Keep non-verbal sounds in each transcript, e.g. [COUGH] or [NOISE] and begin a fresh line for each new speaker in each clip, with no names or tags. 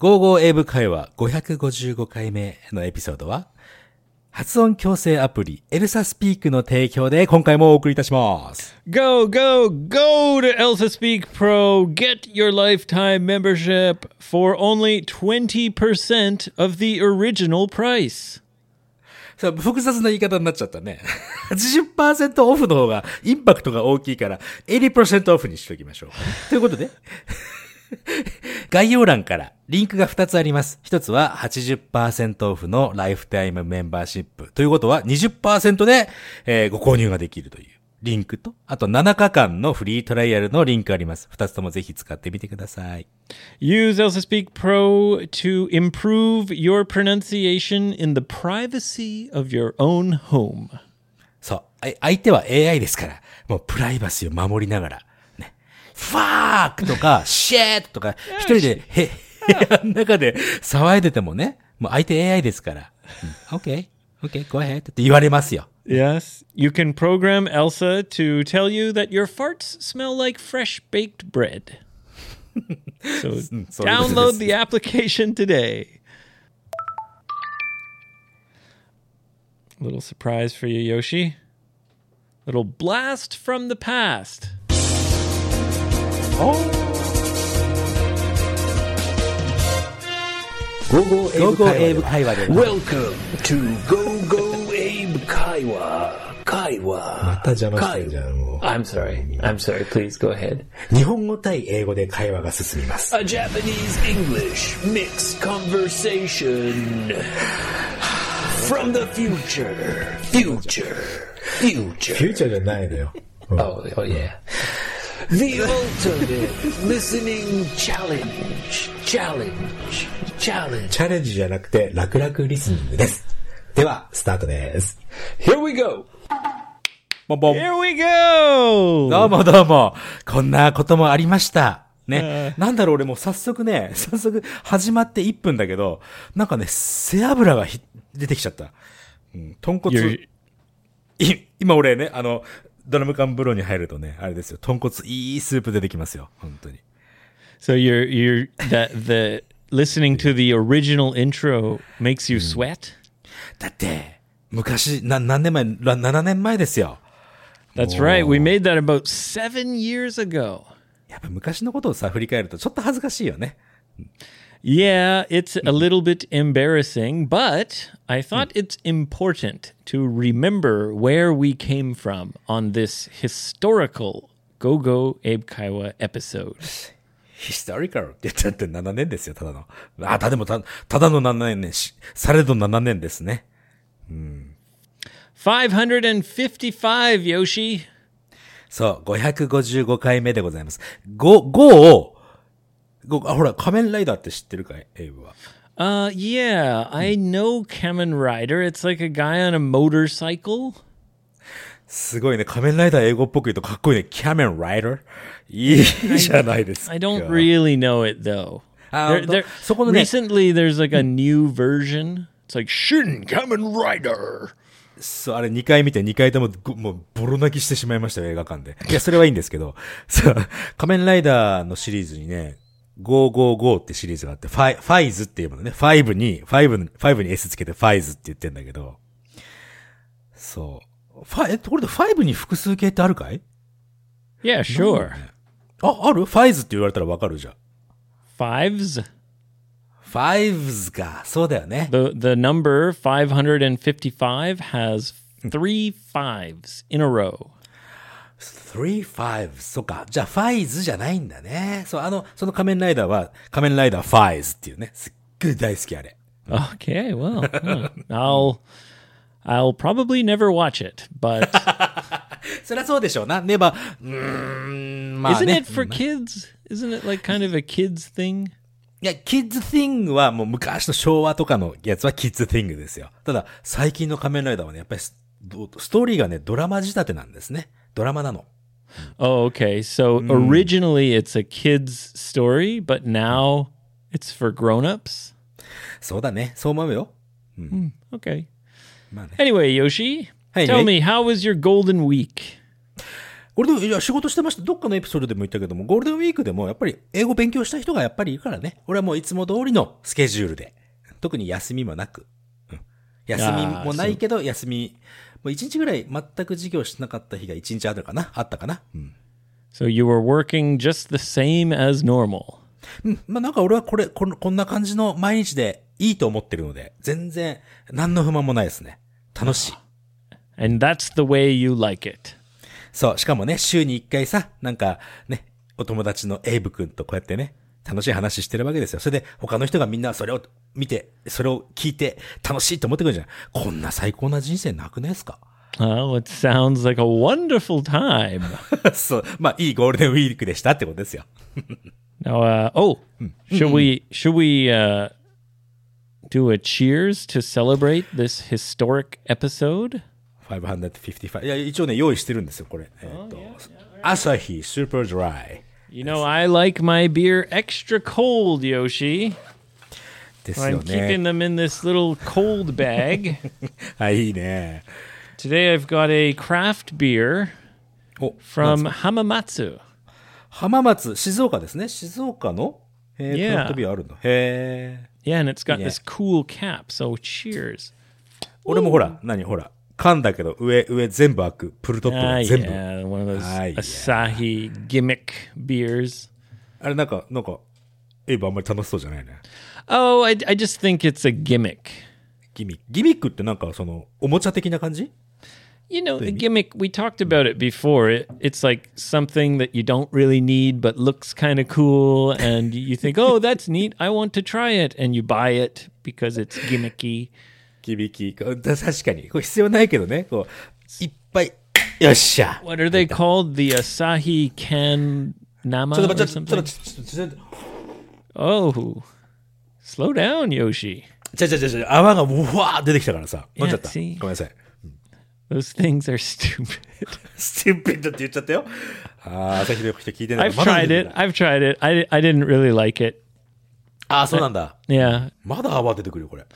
55英語会話555回目のエピソードは、発音矯正アプリエルサスピークの提供で今回もお送りいたします。
Go, go, go to Elsa Speak Pro. Get your lifetime membership for only 20% of the original price.
さあ複雑な言い方になっちゃったね。80%オフの方がインパクトが大きいから80%オフにしておきましょう。ということで、 [LAUGHS] 概要欄からリンクが2つあります。1つは80%オフのライフタイムメンバーシップ。ということは20%で、えーご購入ができるというリンクと、あと7日間のフリートライアルのリンクあります。2つともぜひ使ってみてください。
Use Elsa Speak Pro to improve your pronunciation in the privacy of your own home.
そう。あい相手は AI ですから、もうプライバシーを守りながら、ね。ファークとか、シェートとか、一人でへ、部屋の中で騒いでてもね、もう相手 AI ですから、うん、OK, OK, go ahead って言われますよ。
Yes. You can program Elsa to tell you that your farts smell like fresh
[LAUGHS]
baked bread. so
sorry about this.
download the application today. Little surprise for you, Yoshi. Little blast from the past.
ゴーゴー英語会話では、
Welcome to Go Go Abe Kaiwa. Kaiwa.
また邪魔してんじゃん、も
I'm sorry. I'm sorry. Please go ahead.
う。日本語対英語で会話が進み
[LAUGHS]
ます。
A Japanese English mixed conversation from the future. Future.
フュ
Future.
ーチャーじゃないのよ。
Oh, oh yeah. The ultimate listening challenge. Challenge. Challenge.
チャレンジじゃなくて、楽々リスニングです。では、スタートです。
Here we go.
ボンボン。
Here we go.
どうもどうも。こんなこともありました。ね。なんだろう、俺もう早速ね、 [LAUGHS] 早速始まって1分だけど、なんかね、背脂がひ出てきちゃった。うん、豚骨。
You're-
い今俺ね、あの、ドラム缶風呂に入るとね、あれですよ、豚骨いいスープ出てきますよ、本当に。
So you're you're that the listening to the original intro makes you sweat.
だって、昔、な、何年前、ら7年前ですよ。
That's right. We made that about seven years ago.
やっぱ昔のことをさ、振り返るとちょっと恥ずかしいよね。
Yeah, it's a little bit embarrassing, but I thought it's important to remember where we came from on this historical Go Go Abe Kaiwa episode.
ヒストリカルって言っちゃって7年ですよ、ただの。あ、たでもた、ただの7年ね、し、されど7年ですね。
555, Yoshi.
そう、555回目でございます。5、5を、ごあ、ほら、仮面ライダーって知ってるかいエイブは。
Uh, yeah, I know Kamen Rider. It's like a guy on a motorcycle.
すごいね。仮面ライダー英語っぽく言うとかっこいいね。キャメンライダーいいじゃないですか。
I don't really know it though.
Ah,
There-
don't-
there-
soこのね-
recently, there's like a new version. It's like Shin Kamen Rider.
そう、あれ2回見て2回ともごもうボロ泣きしてしまいましたよ、映画館で。いや、それはいいんですけど。 [LAUGHS] そう、仮面ライダーのシリーズにね、555ってシリーズがあって、ファイ、ファイズっていうものね。ファイブに、ファイブ、ファイブに S つけてファイズって言ってんだけど。そう。ファイ、え、ところでファイブに複数形ってあるかい
Yeah, sure.
あ、あるファイズって言われたらわかるじゃん。
Fives.
ファイブズか。そうだよね。
The the number 555 has three fives in a row.
three fives そうか。じゃあ、ファイズじゃないんだね。そう、あの、その仮面ライダーは、仮面ライダーファイズっていうね。すっごい大好きあれ。
Okay, well, huh. [LAUGHS] I'll I'll probably never watch it, [LAUGHS] but
そりゃそうでしょうな。ねば、うーん、まあ、
isn't
ね。
it for kids? Isn't it like kind of a kids thing?
いや、キッズ thing はもう昔の昭和とかのやつはキッズ thing ですよ。ただ、最近の仮面ライダーはね、やっぱりスどストーリーがね、ドラマ仕立てなんですね。ドラマなの。
Oh, okay. So
Hmm.
originally it's a kid's story, but now it's for grown-ups.
そうだね。そう思うよ。
Okay.
まあね。
Anyway, Yoshi,
Hey, Nate.
tell me, how was your golden week?
ゴールデン、いや、仕事してました。どっかのエピソードでも言ったけども、ゴールデンウィークでも、やっぱり英語勉強した人がやっぱりいるからね。俺はもういつも通りのスケジュールで。特に休みもなく。うん休みもないけど、休み。もう一日ぐらい全く授業してなかった日が一日あるかなあったかなうん。
So you were working just the same as normal.
うん、まあなんか俺はこれ、このこんな感じの毎日でいいと思ってるので、全然何の不満もないですね。楽しい。
And that's the way you like it.
そう、しかもね、週に一回さ、なんかね、お友達のエイブ君とこうやってね、楽しい話してるわけですよ。それで他の人がみんなそれを見て、それを聞いて楽しいと思ってくるじゃん。こんな最高な人生なくないですか
Oh, it sounds like a wonderful time.
[LAUGHS] そう、まあいいゴールデンウィークでしたってことですよ。
now, uh, oh,
Hmm.
should we should we uh, do a cheers to celebrate this historic episode?
555。いや、一応ね、用意してるんですよ、これ。えーっと、朝日スーパードライ
You know, I like my beer extra cold, Yoshi.
ですよ
I'm
ね
keeping。them in this little
[LAUGHS]
cold bag.
はい、いいね。
Today I've got a craft beer
お、
from Hamamatsu.
浜松、静岡ですね。静岡の、えー、
Yeah.
クラフトビアあるの。へえ。
Yeah, and it's got
Yeah.
this cool cap. So cheers.
俺もほら、何ほら、噛んだけど、上、上全部開く。プルトップ
Ah,
が全部。
yeah, one of those
Ah, yeah.
Asahi gimmick beers.
あれなんか、なんか、エイブあんまり楽しそうじゃないね。
Oh, I, I just think it's a gimmick.
ギミック。ギミックってなんか、その、おもちゃ的な感じ
You know, the gimmick, we talked about it before. It, it's like something that you don't really need but looks kind of cool. And you think, oh, that's neat. I want to try it. And you buy it because it's gimmicky.
ギミキか。だ確かに。これ必要ないけどね。こう、いっぱい。よっしゃ。
What are they called? The Asahi Can Nama
ちょっと
or
待って、ちょっ
something?
と、ちょっと、ちょっと、ちょっと、
Oh, slow down, Yoshi.
ちょちょちょちょ、泡がうわー出てきたからさ。飲んじゃった。ご
Yeah, see?
めんなさい。 [LAUGHS]
Those things are [LAUGHS] stupid.
スティッピッドって言っちゃったよ。あー、朝日の人聞いてない
I've tried it. I've tried it. I, I didn't really like it.
あー、そうなんだ。
Yeah.
まだ泡出てくるよ、これ。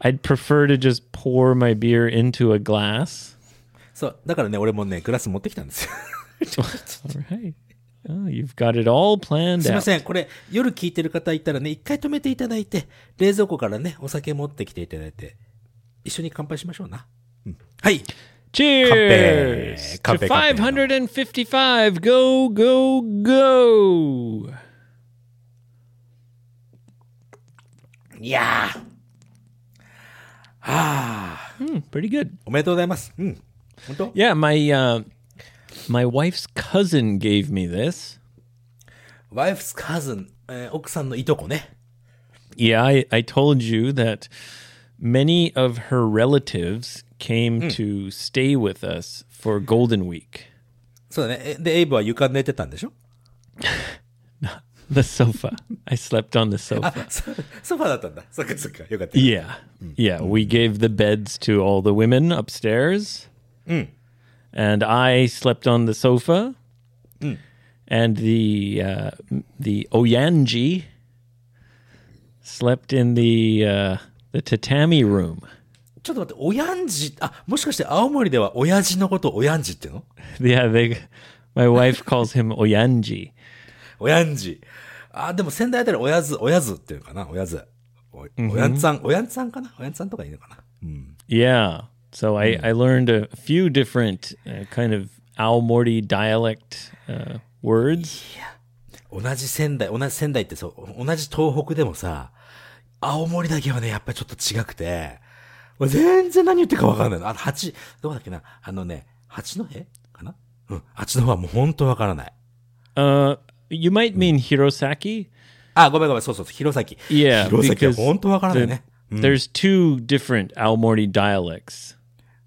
I'd prefer to just pour my beer into a glass.
そう、だからね、俺もね、グラス持ってきたんですよ。
All right. Oh, you've got it all planned
すいま
out.
せん、これ、夜聞いてる方いたらね、一回止めていただいて、冷蔵庫からね、お酒持ってきていただいて、一緒に乾杯しましょうな。うんはい。
Cheers
Cafe. Cafe,
to
cafe.
555. Go, go, go.
いやー。あー。
Hmm, pretty good.
おめでとうございます。うん。本当
Yeah, my uh, my wife's cousin gave me this.
ワイフスカーズン、えー奥さんのいとこね。
Yeah, I, I told you that many of her relatives came to stay with us for Golden Week.
そうだね。えで、エイブは床寝てたんでしょ
The sofa. I slept on the sofa.
ソ [LAUGHS] ソファーだったんだ。そっかそっか。よかった。
Yeah. Yeah. We gave the beds to all the women upstairs. And I slept on the sofa. And the uh, the Oyanji slept in the uh, the tatami room. [LAUGHS]
ちょっと待って、おやんじ、あ、もしかして青森では親父のことをおやんじっていうの
Yeah, they my wife calls him Oyanji.
おやんじ。あ、でも仙台あたりおやず、おやずっていうのかな、おやず。おおやんさん、おやんさんかなおやんさんとかいいのかな
Yeah. So I, I learned a few different uh, kind of Al Morty dialect uh, words.
同じ仙台、同じ仙台ってそう、同じ東北でもさ、青森だけはね、やっぱりちょっと違くて、俺全然何言ってるかわかんないの。あの、八、どこだっけなあのね、八戸かなうん、八戸はもうほんとわからない。
Uh, you might mean Hirosaki.
あ、ごめんごめん、そうそうそう、弘前。
Yeah,
弘前は
because
ほんとわからない
the-
ね。
There's two different Al Morty dialects.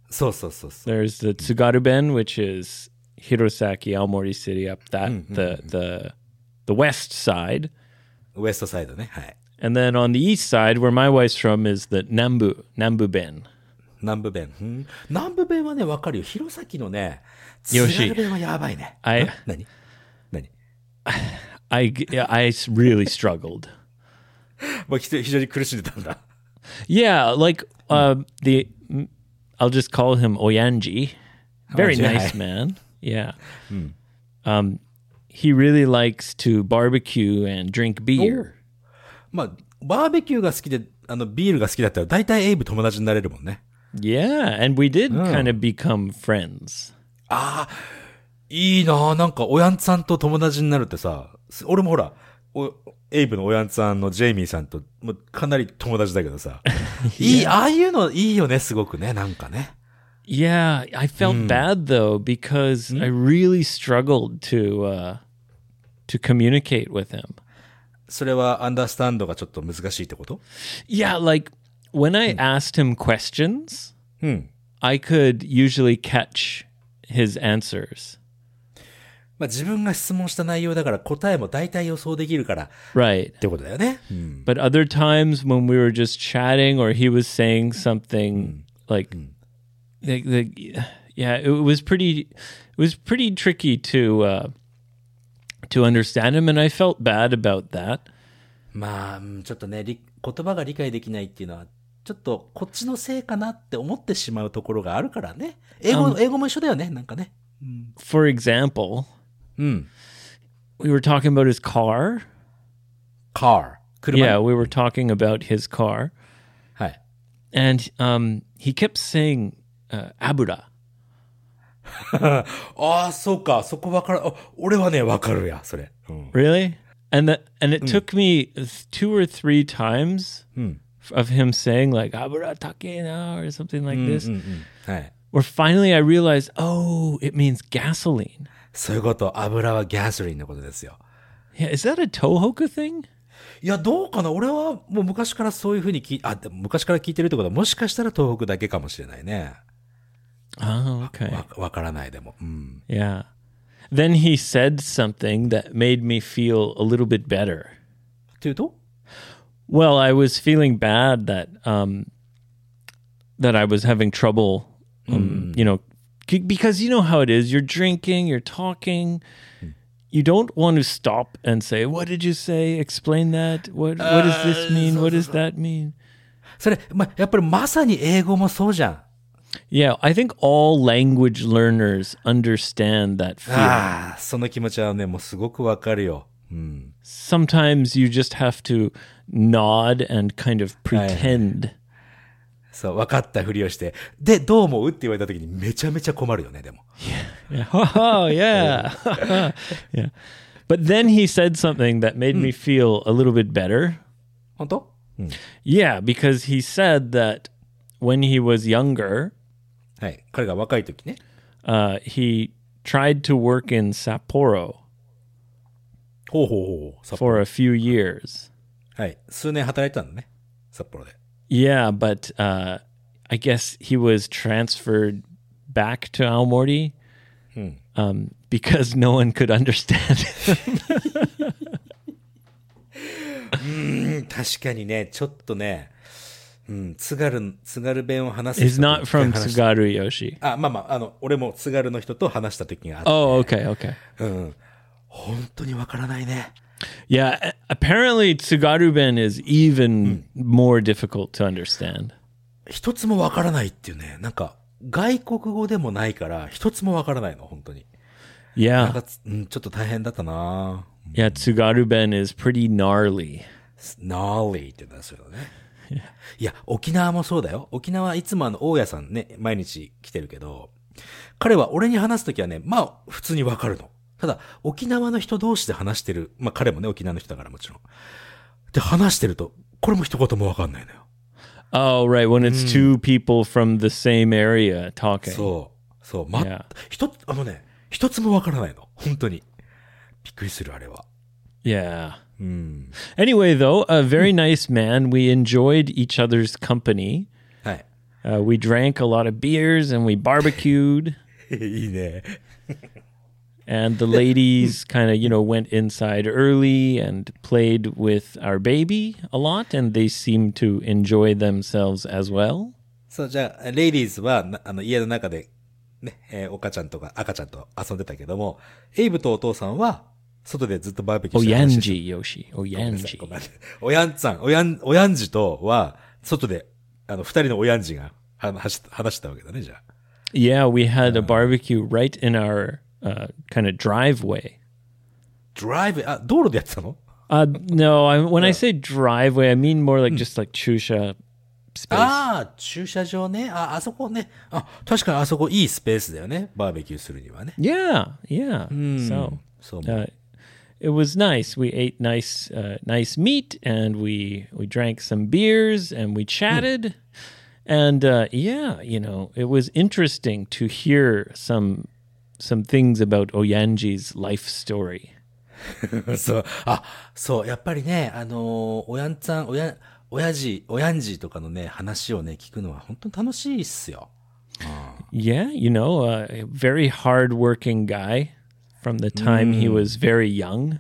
そうそうそうそう。
There's the Tsugaruben, which is Hirosaki, Al Morty City, up that the the the west side,
ウエストサイドね、はい。
and then on the east side, where my wife's from, is the Nambu Nambuben.
南部弁。うん南部弁はね、わかるよ。弘前のね、津
よし
軽弁はやばいね。
はい
ん何何
I g- yeah, I s- really struggled.
まあ、ひと非常に苦しんでたんだ。
Yeah, like uh, the I'll just call him Oyanji. Very
Oyanji,
nice
hi.
man. Yeah. Um, he really likes to barbecue and drink beer.
まあ、バーベキューが好きで、あの、ビールが好きだったら、大体エイブ友達になれるもんね。
Yeah, and we did kind of become friends.
いいなぁ、なんか、おやんさんと友達になるってさ、す俺もほら、おエイブのおやんさんのジェイミーさんと、もうかなり友達だけどさ、 [LAUGHS] いい、ああいうのいいよね、すごくね、なんかね。
Yeah, I felt bad though because I really struggled to uh, to communicate with him.
それはアンダースタンドがちょっと難しいってこと
Yeah, like when I asked him questions,
うん。
I could usually catch his answers.
まあ自分が質問した内容だから答えも大体予想できるからっ
Right.
てことだよね。うん。
But other times when we were just chatting or he was saying something like the, the yeah, it was pretty it was pretty tricky to uh to understand him and I felt bad about that.
まあ、うんちょっとね、り言葉が理解できないっていうのは、ちょっとこっちのせいかなって思ってしまうところがあるからね。英語、英語も一緒だよね、なんかね。
For example,
うん。
we were talking about his car.
car. 車。
Yeah, we were talking about his car
はい。
and um he kept saying uh, abura.
ああ、そうか。そこわから、あ俺はね、わかるや、それ。うん。
Really? And the, and it took me th- two or three times f- of him saying like "abura takena" or something like this.
はい。
Where finally I realized, oh, it means gasoline.
そういうこと。油はギャソリンのことですよ。
Yeah, is that a Tohoku thing?
いや、どうかな俺はもう昔からそういうふうに聞い、あ、でも昔から聞いてるってことは、もしかしたら東北だけかもしれないね。
Oh, okay.
わ、わからないでも。うん。
Yeah. Then he said something that made me feel a little bit better.
というと
Well, I was feeling bad that um, that I was having trouble, um, you know, c- because you know how it is. You're drinking, you're talking. You don't want to stop and say, "What did you say? Explain that. What What does this mean? what does that mean?"
それ、ま、やっぱりまさに英語もそうじゃん。
Yeah, I think all language learners understand that feeling.
ああ、その気持ちはね、もうすごくわかるよ。うん。
Sometimes you just have to nod and kind of pretend.
そう、分かったふりをして、で、どう思うって言われた時にめちゃめちゃ困るよね、でも。
[LAUGHS] oh yeah [LAUGHS] yeah but then he said something that made me feel a little bit better
本当
yeah because he said that when he was younger
はい。彼が若い時ね。
uh, he tried to work in sapporo
ほうほうほう。札
for a few years
はい。数年働いてたのね。札幌で。
yeah but uh, i guess he was transferred back to aomori um, because no one could [LAUGHS] understand him
うん、確かにね、ちょっとね、うん、津軽、津軽弁を話す人と。
he's not from
話し
sugaru yoshi
あ、まあまあ、あの、俺も津軽の人と話した時があって、
oh okay okay
本当にわからないね。
Yeah, a- apparently Tsugaruben is even more difficult to understand.
一つもわからないっていうね、なんか、外国語でもないから、一つもわからないの、本当に。なん
Yeah.
か、うん、ちょっと大変だったな
Yeah, Tsugaruben is pretty gnarly.
スナーリーって出すよね。いや、沖縄もそうだよ。沖縄はいつもあの、大家さんね、毎日来てるけど、彼は俺に話すときはね、まあ、普通にわかるの。ただ、沖縄の人同士で話してる。まあ、彼もね、沖縄の人だからもちろん。で、話してると、これも一言もわかんないのよ。
Oh, right, when it's two people from the same area talking.
そう。そう。ま
いや、
一つ、あのね、一つもわからないの。本当に。びっくりする、あれは。
yeah.
うん。
Anyway, though, a very nice man. We enjoyed each other's company.
はい。
Uh, we drank a lot of beers and we barbecued.
[LAUGHS] いいね。
and the ladies kind of you know went inside early and played with our baby a lot and they seemed to enjoy themselves as well
そう、じゃあ、レイディーズは、なあの、家の中で、ね、えー、お母ちゃんとか赤ちゃんと遊んでたけども、エイブとお父さんは、外でずっとバーベキューして話して
oyanji yoshi
ごめ
oyanji
んおやんさん、おやん、おやんじとは、外で、あの、二人のおやんじが、は話し、話してたわけだね、じゃあ。
yeah we had a barbecue right in our uh, kind of driveway.
ドライブ、あ、道路でやってたの
Uh, no, I, when I say driveway, I mean more like just like chusha space.
ああ、駐車場ね。あ、あそこね。あ、確かにあそこいいスペースだよね。バーベキューするにはね。
Yeah, yeah. So
そう、
uh, it was nice. We ate nice, uh, nice meat, and we we drank some beers, and we chatted, and uh, yeah, you know, it was interesting to hear some some things about Oyanji's life story.
そう。あ、そう、やっぱりね、あのーおやんちゃん、おや、親父、おやんじとかのね、話をね、聞くのは本当に楽しいっすよ。
Yeah, you know, uh, a very hardworking guy from the time he was very young.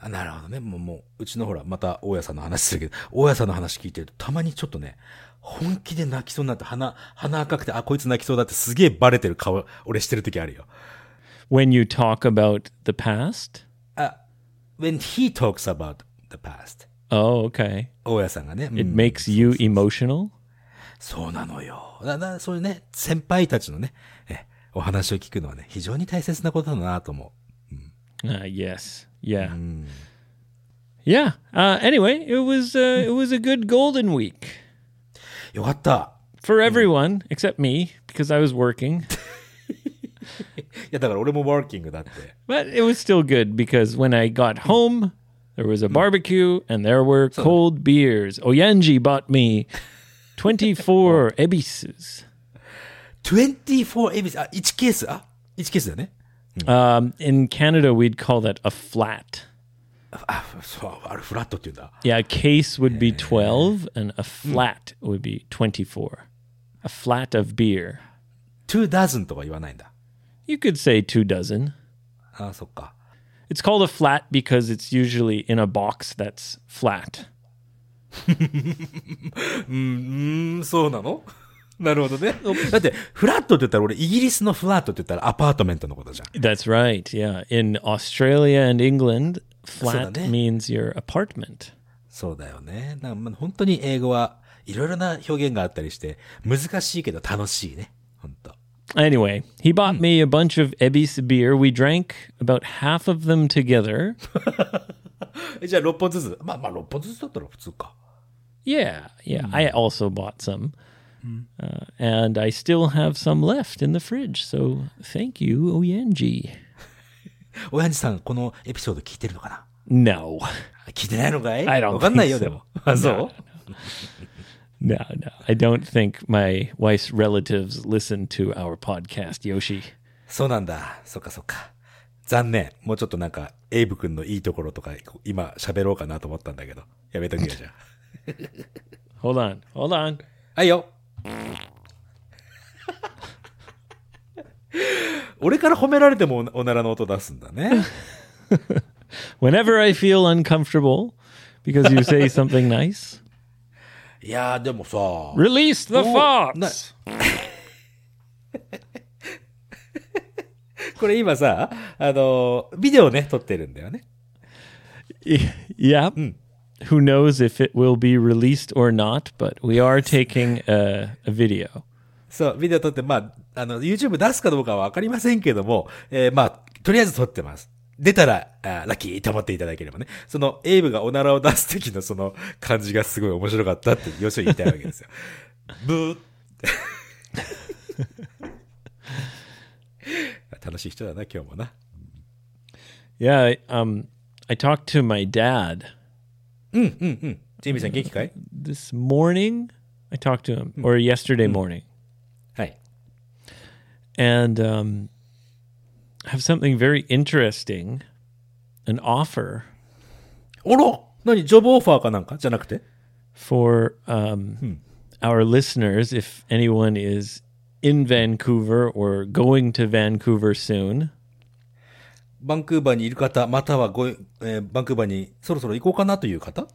あなるほどね。もう、もう、うちのほら、また、大家さんの話するけど、大家さんの話聞いてると、たまにちょっとね、本気で泣きそうになって、鼻、鼻赤くて、あ、こいつ泣きそうだってすげえバレてる顔、俺してる時あるよ。
When you talk about the past,
あ、when he talks about the past.
oh, okay,
大家さんがね。うん
it makes you emotional.
そうなのよ。だ、だ、そういうね、先輩たちのね、え、お話を聞くのはね、非常に大切なことだなと思う。
Uh, yes. Yeah. Yeah. Uh, anyway, it was uh, it was a good golden week
よかった。
for everyone except me because I was
い
working.
や、だから俺もワーキングだって。
But it was still good because when I got home, there was a barbecue and there were cold beers. Oyanji bought me 24 ebises.
24エビス、あ、1ケース、あ、1ケースだよね。
Um, in Canada, we'd call that a flat.
あ、そう、あれフラットって言うんだ。
Yeah, a case would be 12 and a flat would be 24. A flat of beer.
two dozen とか言わないんだ。
You could say two dozen.
あ、そっか。
It's called a flat because it's usually in a box that's flat.
うーん、そうなの [LAUGHS] なるほどね。 [LAUGHS] だって、フラットって言ったら俺、イギリスのフラットって言ったらアパートメントのことじゃん。
That's right. Yeah. In Australia and England, flat
Sudane.
means your apartment.
そうだよね。なんかまあ本当に英語はいろいろな表現があったりして、難しいけど楽しいね。本当。
Anyway, he bought me a bunch of Ebis beer. We drank about half of them together.
えじゃあ6本ずつ。まあまあ6本ずつだったら普通か。
[LAUGHS] Yeah. Yeah. I also bought some. Uh, and I still have some left in the fridge. So thank you, E Oyanji.
親父さん、このエピソード聞いてるのかな
No.
聞いてないのかい
I don't
わかんないよ、
think so.
で [LAUGHS] も。あ、そう
No, no. I don't think my wife's relatives listen to our podcast, Yoshi.
そうなんだ。そっかそっか。残念。もうちょっとなんか、エイブ君のいいところとか、こう今喋ろうかなと思ったんだけど。やめときよ、じゃあ。
Hold on. Hold on.
[LAUGHS] はいよ。 [LAUGHS] 俺から褒められてもおおならの音出すんだ [LAUGHS] ね。
Whenever I feel uncomfortable because you say something nice,
いやーでもさ、
release the
Oh,
[LAUGHS] farts.
これ今さ、あのー、ビデオね、撮ってるんだよね。
Yeah. Who knows if it will be released or not, but we are taking a, a video.
そう、ビデオ撮って、まあ、あの、YouTube 出すかどうかはわかりませんけども、えーまあ、とりあえず撮ってます。出たら、あーラッキーと思っていただければね。その、エイブがおならを出す時のその感じがすごい面白かったって、要するに言いたいわけですよ。ブ [LAUGHS] ーって楽しい人だな、今日もな。
Yeah. I, um, I talked to my dad
ジェイミーさん元気かい
this morning. I talked to him, or yesterday morning.
はい。
and um, have something very interesting an offer
おろ何ジョブオファーかなんかじゃなくて
for um, our listeners if anyone is in Vancouver or going to Vancouver soon.
バンクーバーにいる方、またはご、えーバンクーバーにそろそろ行こうかなという方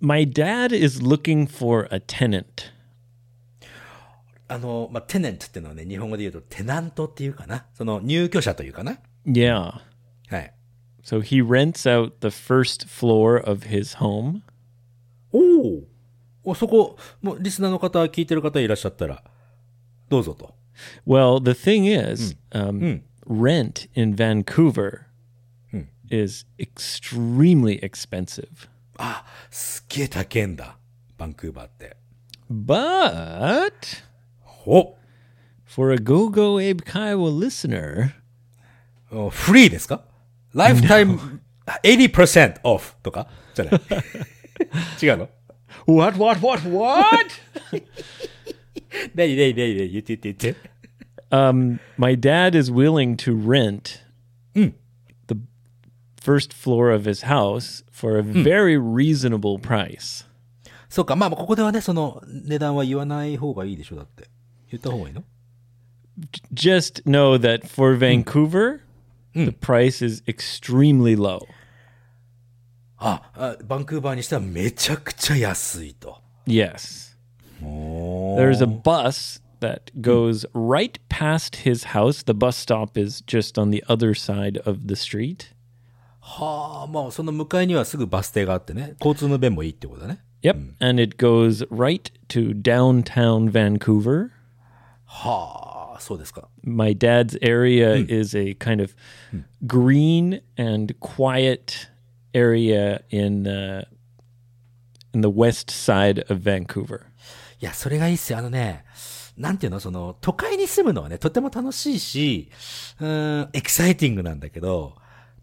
My dad is looking for a tenant.
あの、まあ、テネントっていうのはね、日本語で言うとテナントっていうかな。その入居者というかな。
Yeah.
はい。
So he rents out the first floor of his home.
おーおそこ、もうリスナーの方、聞いてる方いらっしゃったら、どうぞと。
Well, the thing is, um, rent in Vancouver is extremely expensive.
すっげえ高えんだ。バンクーバーって。
But
お
for a Go Go Abe Kiowa listener,
おフリーですかライフタイ [LAUGHS] ム80% off とかじゃない [LAUGHS] 違うの
what, what,
[LAUGHS]
what, what?
何何何何言って言って言って。
um, my dad is willing to rent the first floor of his house for a very reasonable price.
そうか、まあここではね、その値段は言わない方がいいでしょ、だって。言った方がいいの
Just know that for Vancouver, the price is extremely low.
ああ、バンクーバーにしてはめちゃくちゃ安いと。
Yes.
おー
There's a bus that goes right past his house. The bus stop is just on the other side of the street.
はあ、まあその向かいにはすぐバス停があってね、交通の便もいいってことだね。
Yep. And it goes right to downtown Vancouver.
はあ、そうですか。
My dad's area is a kind of green and quiet area in uh, in the west side of Vancouver.
いや、それがいいっすよ。あのね、なんていうの、その、都会に住むのはね、とても楽しいし、うーん、エキサイティングなんだけど、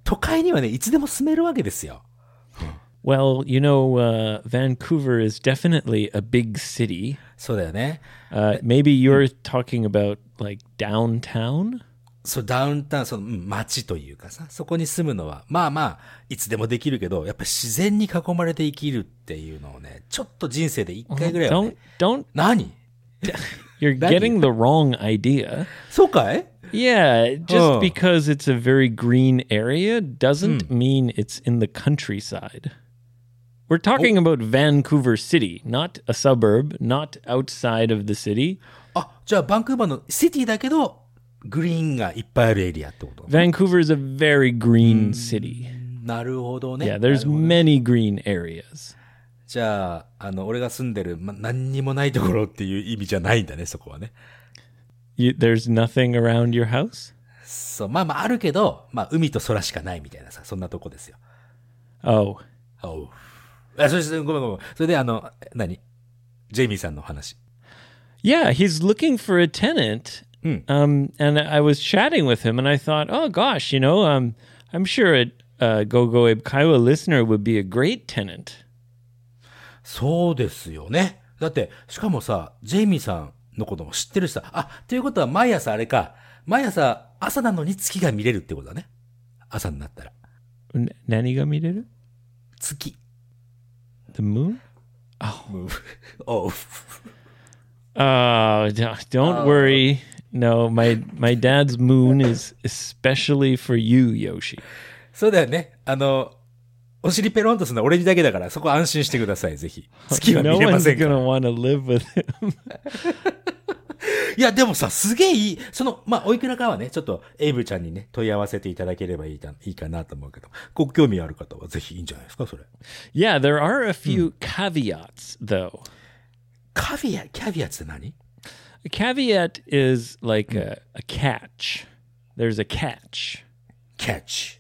都会にはね、いつでも住めるわけですよ。
Well, you know, uh, Vancouver is definitely a big city.
そうだよね。
Uh, maybe you're talking about like downtown.
そう、ダウンタウン、その、うん街というかさ、そこに住むのは、まあまあ、いつでもできるけど、やっぱ自然に囲まれて生きるっていうのをね、ちょっと人生で一回ぐらいは、ね
Don't。don't.
何
You're getting the wrong idea.
そうかい
Yeah, just
Oh.
because it's a very green area doesn't mean it's in the countryside. We're talking about Vancouver City, not a suburb, not outside of the city.
あ、じゃあバンクーバーのシティだけど、グリーンがいっぱいあるエリアってこと
Vancouver is a very green city.
なるほどね。
Yeah, there's
なるほど
many green areas.
じゃあ、あの、俺が住んでる、ま、何にもないところっていう意味じゃないんだね、そこはね。
You, there's nothing around your house?
そう、まあまああるけど、まあ海と空しかないみたいなさ、そんなとこですよ。
Oh,
おう。あ、そして、ごめんごめん。それで、あの、え何ジェイミーさんの話。
Yeah, he's looking for a tenant. Um, and I was chatting with him, and I thought, oh gosh, you know, um, I'm sure a uh, Go Go Abe Kaiwa listener would be a great tenant.
そうですよね。だって、しかもさ、ジェイミーさんのことも知ってるしさ、あ、ということは毎朝あれか、毎朝朝なのに月が見れるってことだね。朝になったら。
N- 何が見れる？
[LAUGHS] 月。
The moon?
おう。
Oh, d- don't worry. No, my my dad's moon is especially for you, [LAUGHS] Yoshi.
そうだよね。あの、お尻ペロンとするのは俺にだけだから、そこ安心してください、ぜひ。月は
no
見れま
one's
せんから。
gonna want to live with him. [LAUGHS]
いや、でもさ、すげえいい。その、まあ、おいくらかはね、ちょっと、エイブちゃんにね、問い合わせていただければいいかいいかなと思うけど、ご興味ある方はぜひいいんじゃないですか、それ。
yeah, there are a few caveats though.
カフィア、キャビアって何
A caveat is like a, a catch. There's a catch.
キャッチ。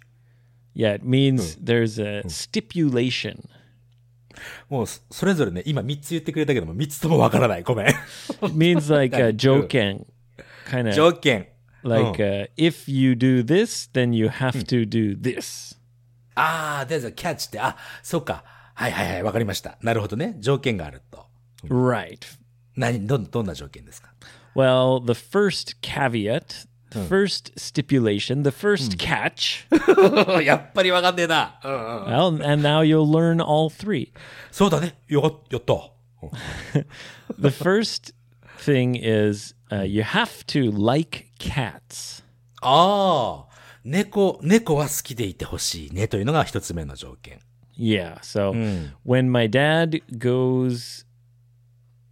Yeah, it means there's a stipulation.
もう、そそれぞれね、今3つ言ってくれたけども、3つともわからない。ごめん。
It means like a joken, kind
[LAUGHS]
of
条件。
like uh, if you do this, then you have to do this.
あー、there's a catch って、あ、そうか。はいはいはい、わかりました。なるほどね。条件があると。
Right.
何、どん、どんな条件ですか
Well, the first caveat, the first stipulation, the first catch.
[LAUGHS] やっぱりわかんねえな。うんうん。
well, and now you'll learn all three.
そうだね。よか、やった。
The first thing is uh, you have to like cats.
ああ、猫、猫は好きでいてほしいねというのが一つ目の条件。
Yeah. So when my dad goes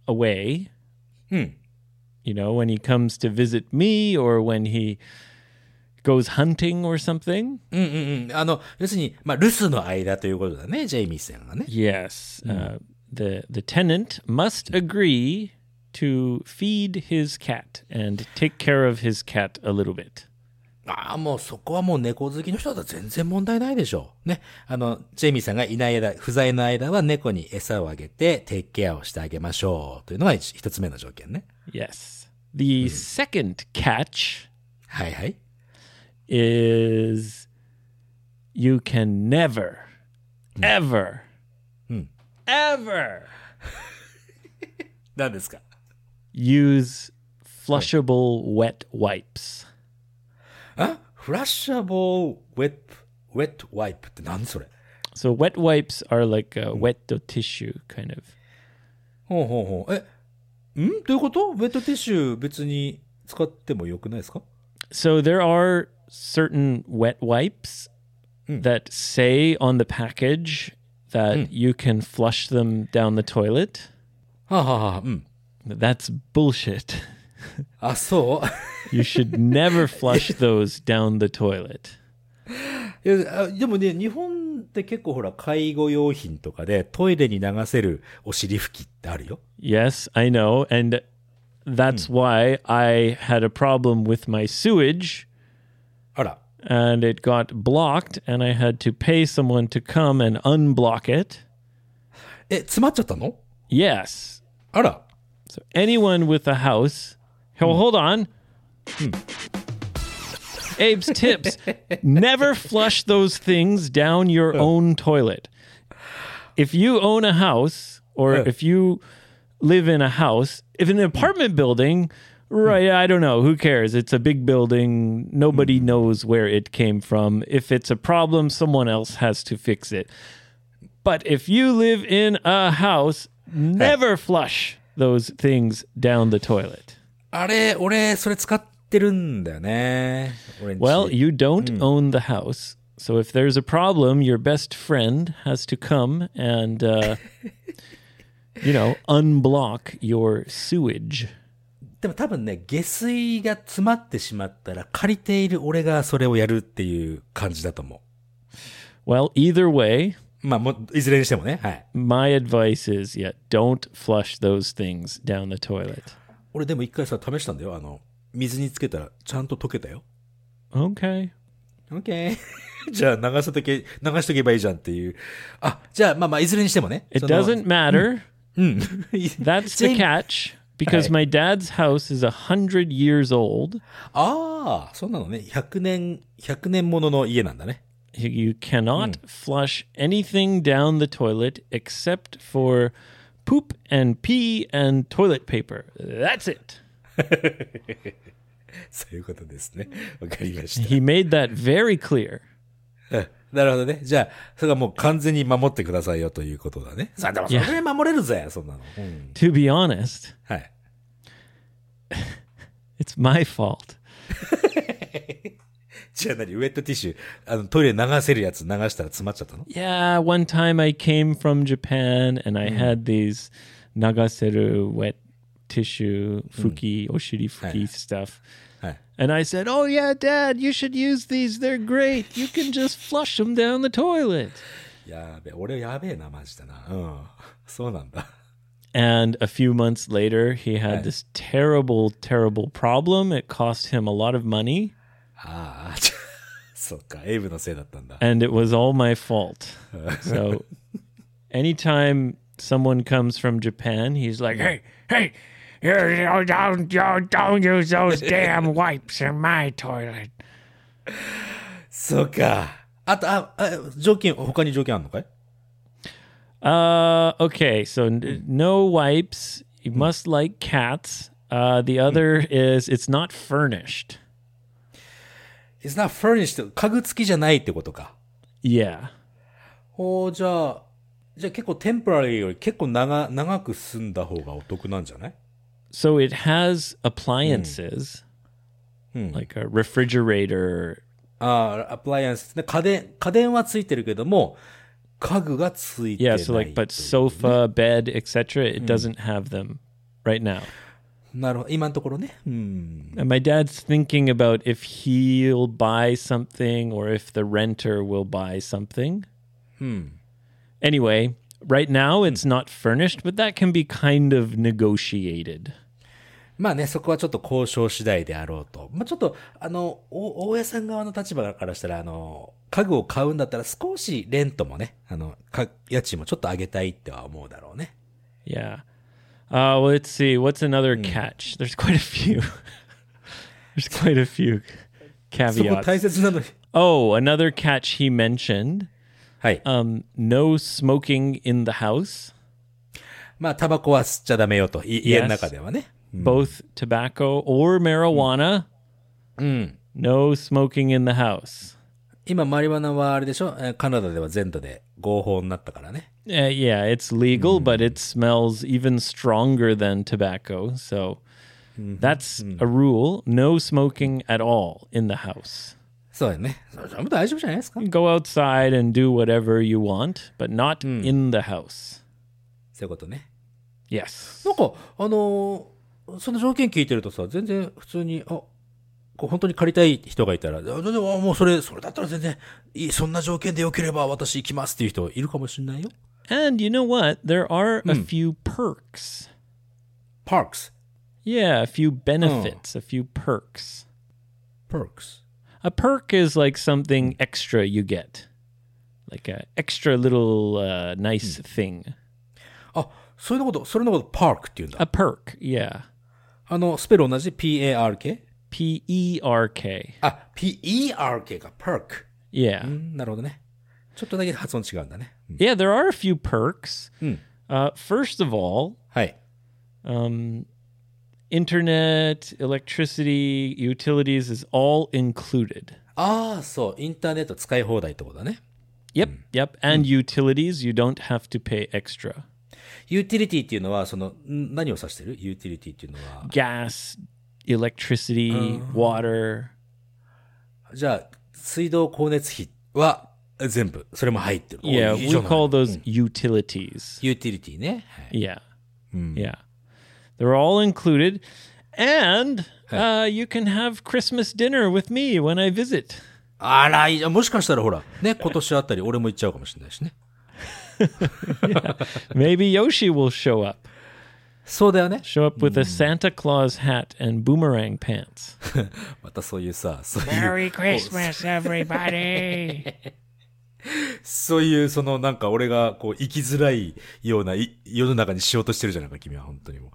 away, you know, when he comes to visit me or when he goes hunting or something.
うんうんうん。あの、要するに、まあ、留守の間ということだね、ジェイミーさんがね。
Yes. Uh, the the tenant must agree to feed his cat and take care of his cat a little bit.
ああ、もうそこはもう猫好きの人だったら全然問題ないでしょう。ね。あの、ジェイミーさんがいない間、不在の間は猫に餌をあげて、テイクケアをしてあげましょう。というのが一一つ目の条件ね。
Yes. The second catch
はいはい。
is you can never, ever, ever
[LAUGHS] 何ですか
use flushable wet wipes.
あフラッシャボーウェップ、ウェットワイプって何それ
So wet wipes are like a wet tissue kind of.
ほうほうほう。え、んどういうことウェットティッシュ別に使ってもよくないですか
So there are certain wet wipes that say on the package that you can flush them down the toilet.
はあ、はあはあ、うん。
That's bullshit.
あ、そう [LAUGHS]
You should [LAUGHS] never flush those down the toilet.
いやあでもね、日本って結構ほら、介護用品とかでトイレに流せるお尻拭きってあるよ。
Yes, I know. And that's why I had a problem with my sewage
あら。
and it got blocked, and I had to pay someone to come and unblock it.
え、詰まっちゃったの
Yes.
あら。
So anyone with a house. Oh, hold on. Abe's tips never flush those things down your own toilet. If you own a house or if you live in a house, if an apartment building, right, I don't know, who cares? It's a big building, nobody knows where it came from. If it's a problem, someone else has to fix it. But if you live in a house, never flush those things down the toilet.
あれ、俺、それ使ってるんだよね。俺んち
Well, you don't own the house. So if there's a problem, your best friend has to come and, uh, you know, unblock your sewage.
でも多分ね、下水が詰まってしまったら、借りている俺がそれをやるっていう感じだと思
Well, either way,
う。まあ、もう、いずれにしてもね、はい。
my advice is yeah, don't flush those things down the toilet.
俺でも一回さ、試したんだよ。あの、水につけたら、ちゃんと溶けたよ。
Okay.
OK。じ [LAUGHS] ゃあ流すとけ、流しとけばいいじゃんっていう。あ、じゃあまあまあ、いずれにしてもね。
It
その
doesn't matter.
うん。
[LAUGHS] That's the
全
catch because my dad's house is a 100 years old.
ああ、そうなのね。100年、100年ものの家なんだね。 [LAUGHS]
You- You cannot flush anything down the toilet except for poop and pee and toilet paper. That's it.
そういうことですね。わかりました。
He made that very clear.
うんなるほどね。じゃあ、それはもう完全に守ってくださいよということだね。さあ、でもそれぐらい守れるぜ、そんなの。うん、
To be honest,
はい。
it's my fault.
じゃあ何ウェットティッシュ、あの、トイレ流せるやつ流したら詰まっちゃったの
Yeah, one time I came from Japan and I had these nagaseru wet tissue fuki oshiri fuki stuff.
Hi.
And I said, "Oh yeah, dad, you should use these. They're great. You can just flush them down the toilet."
やべえ、俺やべえな、マジだな。うん。そうなんだ。
And a few months later, he had this terrible, terrible problem. It cost him a lot of money,
ああ、ちょ [LAUGHS] そっか、エイブのせいだったんだ。
and it was all my fault. so, anytime someone comes from Japan, he's like, "Hey,
hey, you, you don't, you don't use those damn wipes in my toilet.
そっか。あと、あ、あ条件、他に条件あんのかい
uh, okay, so n- no wipes. You must like cats. Uh, the other is it's not furnished.
?It's not furnished. 家具付きじゃないってことか。
Yeah."
ほう、じゃあ、じゃあ結構テンポラリーより結構長、長く住んだ方がお得なんじゃない
So it has appliances like a refrigerator.
ああ、アプライアンスね。家電、家電はついてるけども、家具がついてない。
Yeah, so like but sofa, bed, etc. It doesn't have them right now.
なるほど。今のところね。うん。
And my dad's thinking about if he'll buy something or if the renter will buy something. Hmm. Anyway, right now it's not furnished, but that can be kind of negotiated.
まあね、そこはちょっと交渉次第であろうと。まあちょっと、あの、お大家さん側の立場からしたら、あの、家具を買うんだったら少しレントもね、あの、か家賃もちょっと上げたいっては思うだろうね。
Yeah. Uh, well, let's see. What's another catch? There's quite a few. [LAUGHS] There's quite a few
そこ
caveats.
大切なのに。
Oh, another catch he mentioned.
はい。
Um, no smoking in the house.
まあ、タバコは吸っちゃダメよと、い家の中ではね。
Both tobacco or marijuana. No smoking in the house.
今、マリワナはあれでしょえーカナダでは全土で合法になったからね。
Uh, yeah, it's legal, but it smells even stronger than tobacco. So that's a rule. No smoking at all in the house.
そうだよね。それも大丈夫じゃないですか
Go outside and do whatever you want, but not in the house.
そういうことね。
Yes.
なんか、あのーその条件聞いてるとさ、全然普通に、あ、こう本当に借りたい人がいたら、あ全然、あもうそれ、それだったら全然、いい、そんな条件でよければ私行きますっていう人いるかもしれないよ。
And you know what? There are a few perks.
パークス。
Yeah, a few benefits, a few perks.
パークス。
A perk is like something extra you get, like a extra little uh, nice thing.
あ、それのこと、それのこと、パークって言うんだ
A。perk, yeah.
あの、スペル同じ ?P-A-R-K?
P E R K.
あ、P-E-R-K か、パーク。
Yeah.
うんなるほどね。ちょっとだけ発音違うんだね。うん
Yeah, there are a few perks. Uh, first of all,
はい。
um, internet, electricity, utilities is all included.
ああ、そう、インターネット使い放題ってことだね。
Yep, yep. And utilities, you don't have to pay extra.
ユーティリティっていうのは、その、ん何を指してるユーティリティっていうのは。
Gas, electricity, water.
じゃあ、水道光熱費は全部、それも入ってる。
Yeah,
おいい
we
じゃない
call those utilities.
ユーティリティね。はい
Yeah. Yeah. They're all included. And uh, you can have Christmas dinner with me when I visit.
あら、いいじゃんもしかしたらほら、 [LAUGHS] ね、今年あたり俺も行っちゃうかもしれないしね。
Maybe Yoshi will show up.
そうだよね。
Show up with a Santa Claus hat and boomerang pants.
またそういうさ、そういう、
Merry Christmas, everybody.
そういう、そのなんか俺がこう、生きづらいようない世の中にしようとしてるじゃないか、君は本当にもう。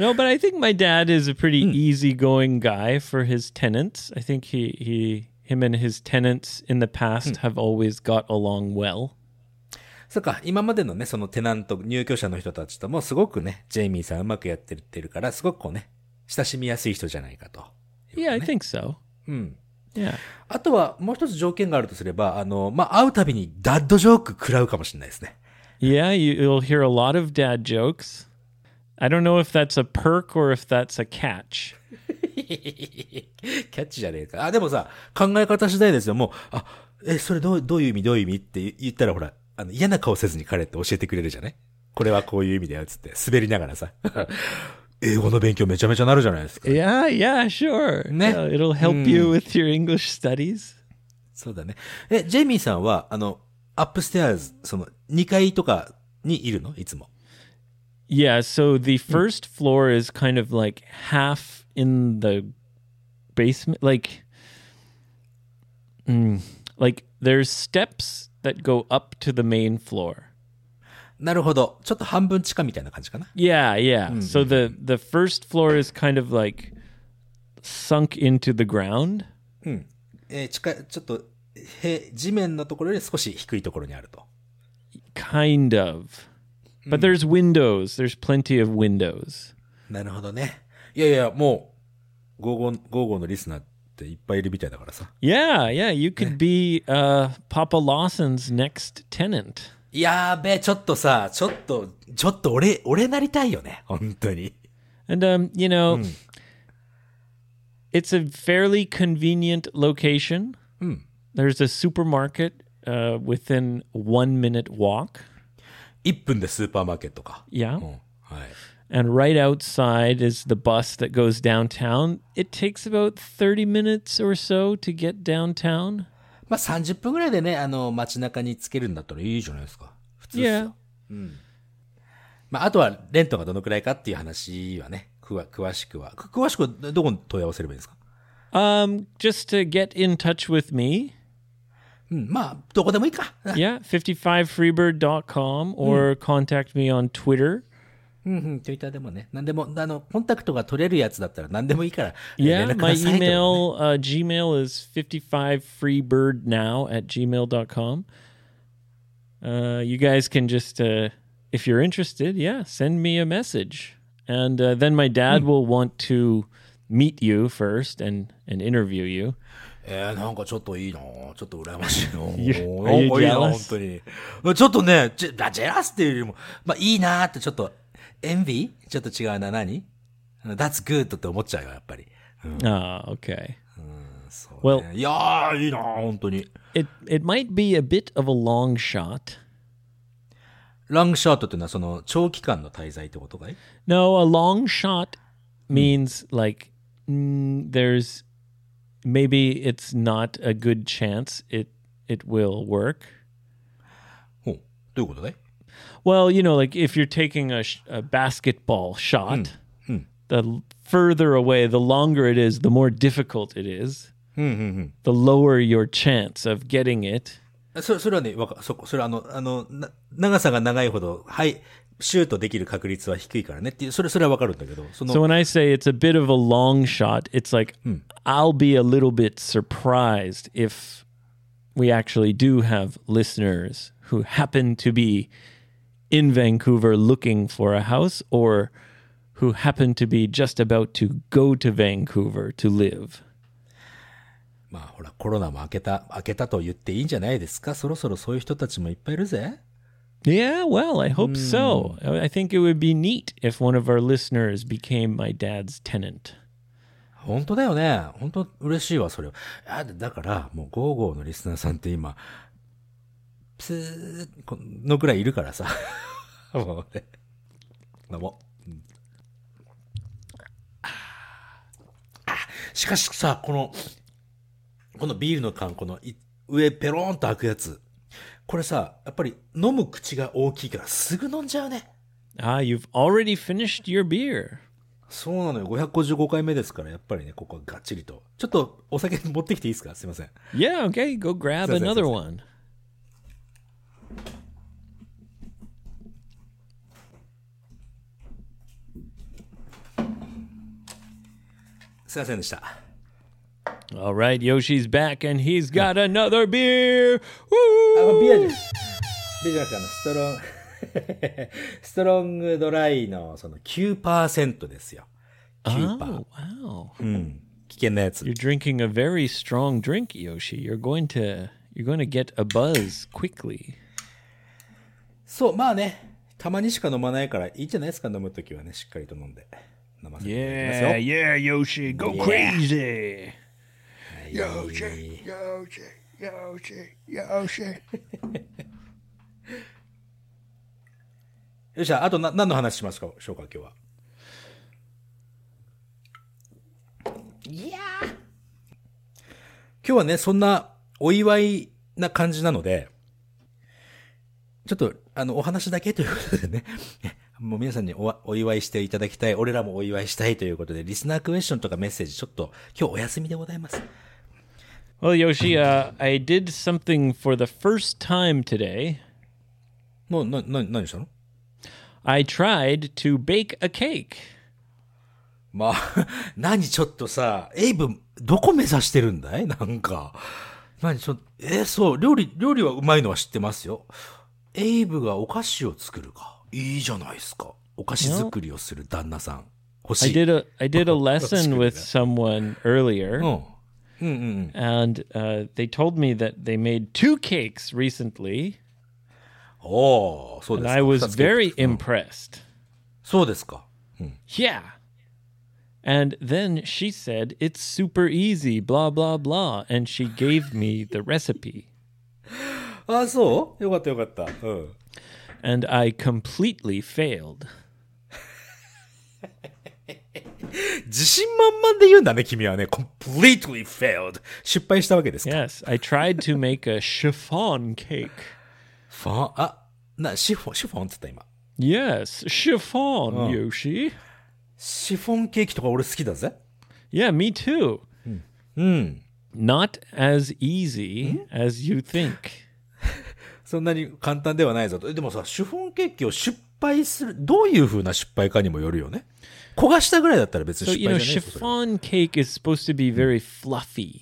No, but I think my dad is a pretty easygoing guy for his tenants. I think he, he him and his tenants in the past have always got along well.
そっか、今までのね、そのテナント、入居者の人たちともすごくね、ジェイミーさんうまくやってるってるから、すごくこうね、親しみやすい人じゃないかと。
Yeah, I think so. Yeah.
あとは、もう一つ条件があるとすれば、あの、まあ、会うたびにダッドジョーク食らうかもしれないですね。 [LAUGHS]
Yeah, you, you'll hear a lot of dad jokes. I don't know if that's a perk or if that's a catch.
キャッチじゃねえか。あ、でもさ、考え方次第ですよ。もう、あ、え、それどう、どういう意味どういう意味って言ったらほら、あの、嫌な顔せずに彼って教えてくれるじゃないこれはこういう意味だよ、つって、滑りながらさ。 [LAUGHS] 英語の勉強めちゃめちゃなるじゃないですか。
Yeah, yeah, sure.
Nah.
Yeah, it'll help you with your English studies.
そうだね。え、ジェイミーさんは、あの、アップステアーズ、その、2階とかにいるのいつも。
Yeah, so the first floor is kind of like half in the basement like Mm, like there's steps that go up to the main floor.
なるほど。ちょっと半分地下みたいな感じかな。
Yeah, yeah. So the the first floor is kind of like sunk into the ground.
えー近い、ちょっと、へ、地面のところより少し低いところにあると。
Kind of. But there's windows. There's plenty of windows.
なるほどね。いやいや、もう、ゴーゴー、ゴーゴーのリスナーっていっぱいいるみたいだからさ。
Yeah, yeah. You could be uh, Papa Lawson's next tenant.
やーべえ、ちょっとさ、ちょっと、ちょっと俺、俺なりたいよね。本当に。
And, um, you know, it's a fairly convenient location. There's a supermarket uh, within one minute walk.
1分でスーパーマーケットか。
Yeah.
うん。はい。
And right outside is the bus that goes downtown. It takes about 30 minutes or so to get downtown.
まあ、30分ぐらいでね、あの、街中につけるんだったらいいじゃないですか。普通っすよ
Yeah.
まあ、あとは、レントがどのくらいかっていう話はね、くわ詳しくは。く詳しくはどこに問い合わせればいいんですか
Um, just to get in touch with me,
うん、まあ、どこでもいいか。
yeah, 55freebird.com or contact me on Twitter.
うんうん、Twitter でもね、何でも、あの、コンタクトが取れるやつだったら何でもいいから、
Yeah,
連絡く
my
ださいとかね
email, uh, Gmail is 55freebird now at gmail.com. Uh, you guys can just, uh, if you're interested, yeah, send me a message. And uh, then my dad will want to meet you first and, and interview you.
えー、なんかちょっといいなちょっと羨ましいな
You-
なん
are
かい
you
いな
jealous?
本当に。ちょっとね、ジェあジェラスっていうよりも、まあいいなーってちょっと、エンビーちょっと違うな、何あの ?That's good って思っちゃうよ、やっぱり。
Ah, okay.
そうね
Well-
いやー、いいな本当に。
It, it might be a bit of a long shot.
ラングショットっていうのはその長期間の滞在ってことかい
No, a long shot means like mm, there's maybe it's not a good chance it it will work.
ほう。どういうことだい
Well, you know, like if you're taking a, sh- a basketball shot, the l- further away, the longer it is, the more difficult it is. The lower your chance of getting it.
そそれはね、わか、そこ、それはあの、あの、な長さが長いほど、はい、シュートできる確率は低いからねっていう、それ、それはわかるんだけど、その、
So when I say it's a bit of a long shot, it's like I'll be a little bit surprised if we actually do have listeners who happen to be in Vancouver looking for a house or who happen to be just about to go to Vancouver to live.
まあほら、コロナも明けた、明けたと言っていいんじゃないですかそろそろそういう人たちもいっぱいいるぜ。
Yeah, well, I hope so. I I think it would be neat if one of our listeners became my dad's tenant.
本当だよね。本当嬉しいわ、それは。あだから、もう、ゴーゴーのリスナーさんって今、プスー、このくらいいるからさ。 [LAUGHS] もうね。どうも。うんあしかしさ、この、このビールの缶、このい上ペローンと開くやつ。これさ、やっぱり飲む口が大きいからすぐ飲んじゃうね。
Ah, you've already finished your beer.
そうなのよ。555回目ですから、やっぱりね、ここはがっちりと。ちょっとお酒持ってきていいですかすいません。
Yeah, okay, go grab
Says- says-
another
says-
one.
すいませんでした。
All right, Yoshi's back and he's got another beer. Woo!
あ、ビアじゃ、ビアじゃなくて、あの、ストロング、 [LAUGHS] ストロングドライの、その9%ですよ。9%。
Oh, wow.
危険なやつ
You're。drinking a very strong drink, Yoshi. You're going to you're going to get a buzz quickly.
そう、まあね、たまにしか飲まないから、いいじゃないですか、飲むときはね、しっかりと飲んで。飲ませていただきますよ。
[LAUGHS] Yeah, yeah, Yoshi, go crazy. Yoshi, Yoshi, Yoshi, Yoshi.
よっしゃ、あとな何の話しますか、しょうか、今日は。いや今日はね、そんなお祝いな感じなので、ちょっと、あの、お話だけということでね、 [LAUGHS] もう皆さんにおわお祝いしていただきたい、俺らもお祝いしたいということで、リスナークエスチョンとかメッセージ、ちょっと、今日お休みでございます。
Well, Yoshi, uh, I did something for the first time today.
もう、な、な、何したの
I tried to bake a cake.
まあ、 [LAUGHS] 何ちょっとさ、エイブ、どこ目指してるんだいなんか。何ちょっと、えーそう、料理、料理はうまいのは知ってますよ。エイブがお菓子を作るか。いいじゃないですか。お菓子作りをする旦那さん。欲
I
しい。
did a I did a
[LAUGHS] That's
lesson
good, Oh.
with
yeah.
someone earlier.
うん。うんうんうん。
And uh, they told me that they made two cakes recently,
おー、そう
and
ですか。
I was
二つケーキ
very impressed.
そうですか。
Yeah. And then she said, It's super easy, blah, blah, blah. And she gave me the recipe.
ああ、そうよかったよかった。うん。
And I completely failed.
自信満々で言うんだね、君はね。completely failed. 失敗したわけですか。
Yes, I tried to make a chiffon cake.
ファン、あ、な、シフォン、シフォンって言った今。
Yes, chiffon, Yoshi.
シフォンケーキとか俺好きだぜ。
Yeah, me too. Hmm. Not as easy as you think.
そんなに簡単ではないぞと。えでもさ、シフォンケーキを失敗する、どういう風な失敗かにもよるよね。焦がしたぐらいだったら別
So,
に失
you know,
敗じゃないぞそれ
chiffon cake is supposed to be very fluffy.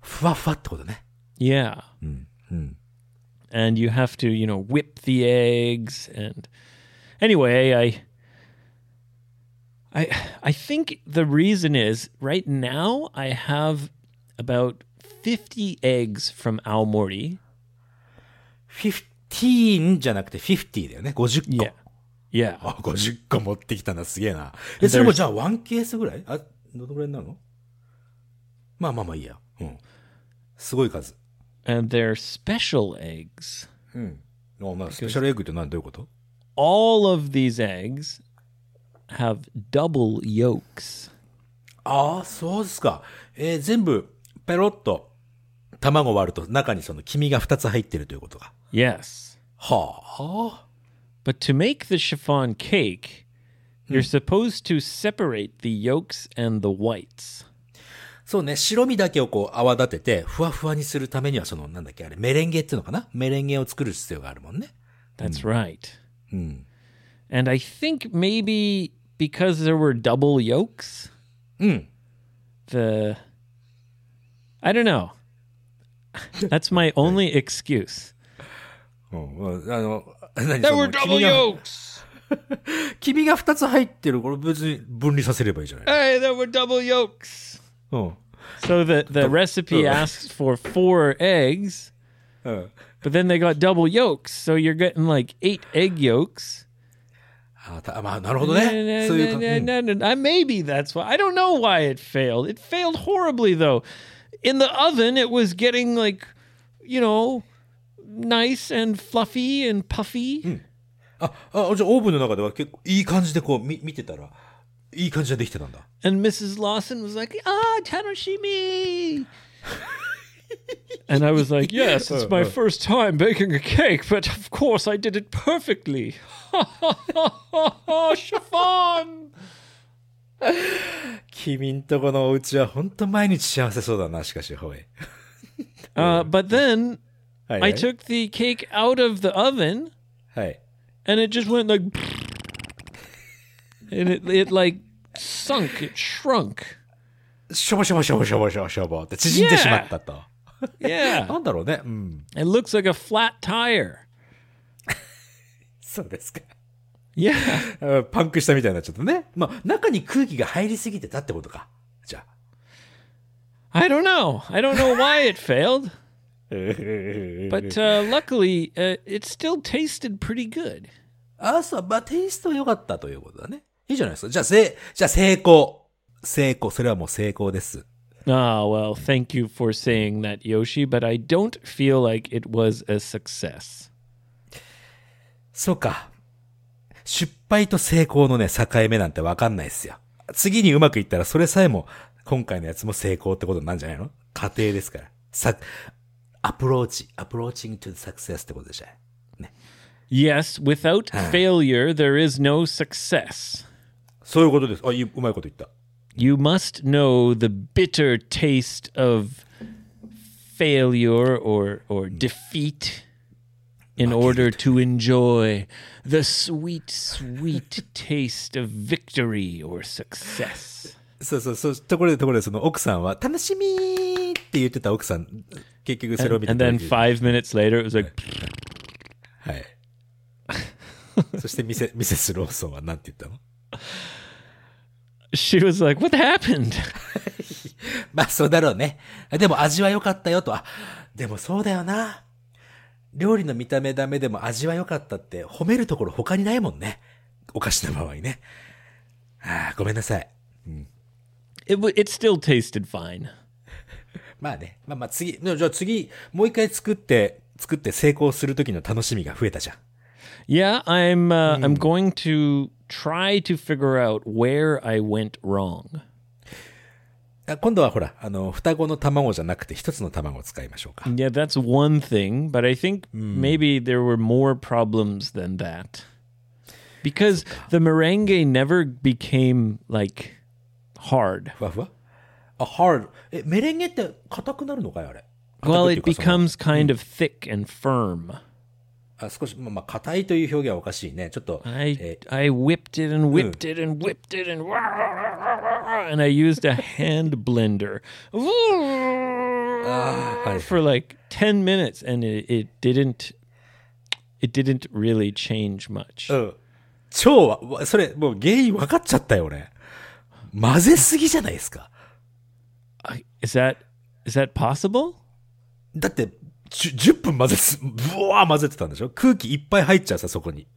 ふわふわってことね。
Yeah. And you have to, you know, whip the eggs and anyway, I I I think the reason is right now I have about 50 eggs from Aomori.
15じゃなくて50だよね。50個。
Yeah. Yeah.
あ、50個持ってきたな、すげえな。え、それもじゃあ1ケースぐらいあ、どのぐらいになるのまあまあまあいいや。うん。すごい数。
And they're special eggs.
あまあ、スペシャルエッグって何どういうこと
all of these eggs have double yolks.
ああ、そうですか。えー全部、ペロッと、卵割ると中にその黄身が2つ入ってるということか。
Yes.
はあ。
But to make the chiffon cake, you're supposed to separate the yolks and the whites.
そうね、白身だけをこう泡立てて、ふわふわにするためには、その、なんだっけ、あれ、メレンゲっていうのかなメレンゲを作る必要があるもんね。
That's right. Hmm. And I think maybe because there were double yolks, Hmm. the I don't [LAUGHS] know. That's my only excuse.
うん、うんあの、何
There
そ
were
の
double
黄身が、
yolks.
黄身が2つ入ってる。これ別に分離させればいいじゃない
Hey, there were double yolks.
うん。
So the, the recipe asks for four eggs, but then they got double yolks. So you're getting like eight egg yolks.
あたまあ、なるほど
No,
ね。
no,
そういう
no,
か、
no,
うん
no, no, no. I- Maybe that's why. I don't know why it failed. It failed horribly, though. In the oven, it was getting like, you know, nice and fluffy and puffy.
あ、あ、じゃあオーブンの中では結構いい感じでこう、み、見てたら、いい感じでできてたんだ。
And Mrs. Lawson was like, ah, Tanoshimi. and I was [LAUGHS] like, yes, it's my first time baking a cake, but of course I did it perfectly. [LAUGHS] Chiffon!
君んとこのお家は本当毎日幸せそうだな、しかし、ほい。
Uh, but then
はい、
I took the cake out of the oven
はい。
and it just went like. [LAUGHS] and it, it like sunk, it shrunk.
しょぼしょぼしょぼしょぼしょぼしょぼって縮んでしまったと。
Yeah.
なんだろうね。うん。
It looks like a flat tire.
そうですか。
Yeah.
あパンクしたみたいになっちゃったね。まあ、中に空気が入りすぎてたってことか。じゃあ。
I don't know. I don't know why [LAUGHS] it failed. But [LAUGHS] uh, luckily, uh, it still tasted pretty good.
あ、そう、まあ、テイストは良かったということだね。いいじゃないですか。じゃあ、せい、じゃあ、成功。成功。それはもう成功です。
Ah, well, thank you for saying that, Yoshi, but I don't feel like it was a success.
そうか。失敗と成功のね、境目なんてわかんないっすよ。次にうまくいったら、それさえも、今回のやつも成功ってことになるんじゃないの過程ですから。さ、アプローチ、アプローチングトゥサクセスってことでしょ。
Yes, without failure, there is no success.
そういうことです。あ、いいうまいこと言った。
You must know the bitter taste of failure or, or defeat in order to enjoy the sweet, sweet taste of victory or success.
そうそうそう。ところでところで、その奥さんは、楽しみーって言ってた奥さん、結局それを見て
And
た
then five minutes later, it was like,
はい。そしてミセ、ミセスローソンはなんて言ったの
she was like, What happened?
[LAUGHS] まあ、そうだろうね。でも味は良かったよと。あ、でもそうだよな。料理の見た目ダメでも味は良かったって褒めるところ他にないもんね。お菓子の場合ね。ああ、ごめんなさい。
It, w- it still tasted fine.
まあね。まあまあ次、じゃあ次、もう一回作って、作って成功するときの楽しみが増えたじゃん。
Yeah, I'm, uh, I'm going to try to figure out where I went wrong.
あ今度はほら、あの、双子の卵じゃなくて一つの卵を使いましょうか。
Yeah, that's one thing, but I think maybe there were more problems than that. because the merengue never became like hard.
ふわふわあ、hard。え、メレンゲって硬くなるのかいあれ。硬
Well,
く
it
っていうかその
becomes kind of thick and firm.
あ少し、まあまあ、硬いという表現はおかしいね。ちょっと、
I
え
I whipped it and whipped it and whipped it and and I used a hand blender
Uh.
for like 10 minutes and it, it didn't it didn't really change much.
ー、うん。超は、わそれ、もう原因分かっちゃったよ、俺。混ぜすぎじゃないですか。
I- Is that is that possible?
だって、じゅ10分混ぜす、ぶわー混ぜてたんでしょ空気いっぱい入っちゃうさ、そこに。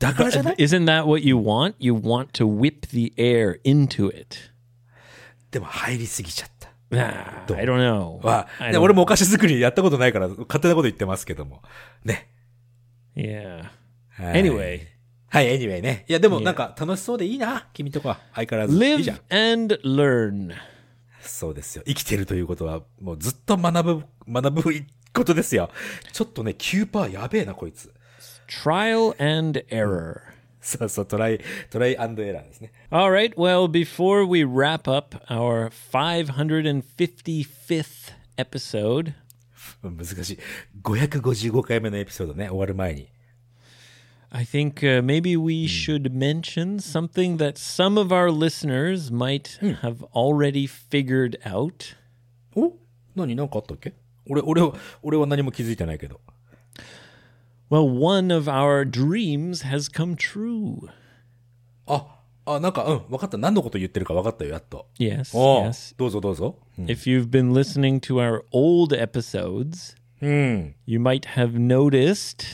だからじゃない
Isn't that what you want? You want to whip the air into it.
でも入りすぎちゃった。
Ah, I don't know.
は
I、
ね
don't-
俺もお菓子作りやったことないから、勝手なこと言ってますけども。ね。
Yeah.
はい
Anyway,
はい、anyway ね。いや、でもなんか楽しそうでいいな、君とか。相変わらず。いいじゃん
live。and learn.
そうですよ。生きてるということは、もうずっと学ぶ、学ぶことですよ。ちょっとね、9%やべえな、こいつ。
Trial and error.
そうそう、トライ、トライアンドエラーですね。
All right. Well, before we wrap up our 555th episode,
難しい。555回目のエピソードね、終わる前に。
I think uh, maybe we should mention something that some of our listeners might have already figured out.
お何何かあったっけ俺、俺は、俺は何も気づいてないけど。
Well, one of our dreams has come true.
あ、あ、なんか、うん、分かった。何のこと言ってるか分かったよ、やっと。
Yes.
おう
Yes.
どうぞどうぞ。うん
If you've been listening to our old episodes, you might have noticed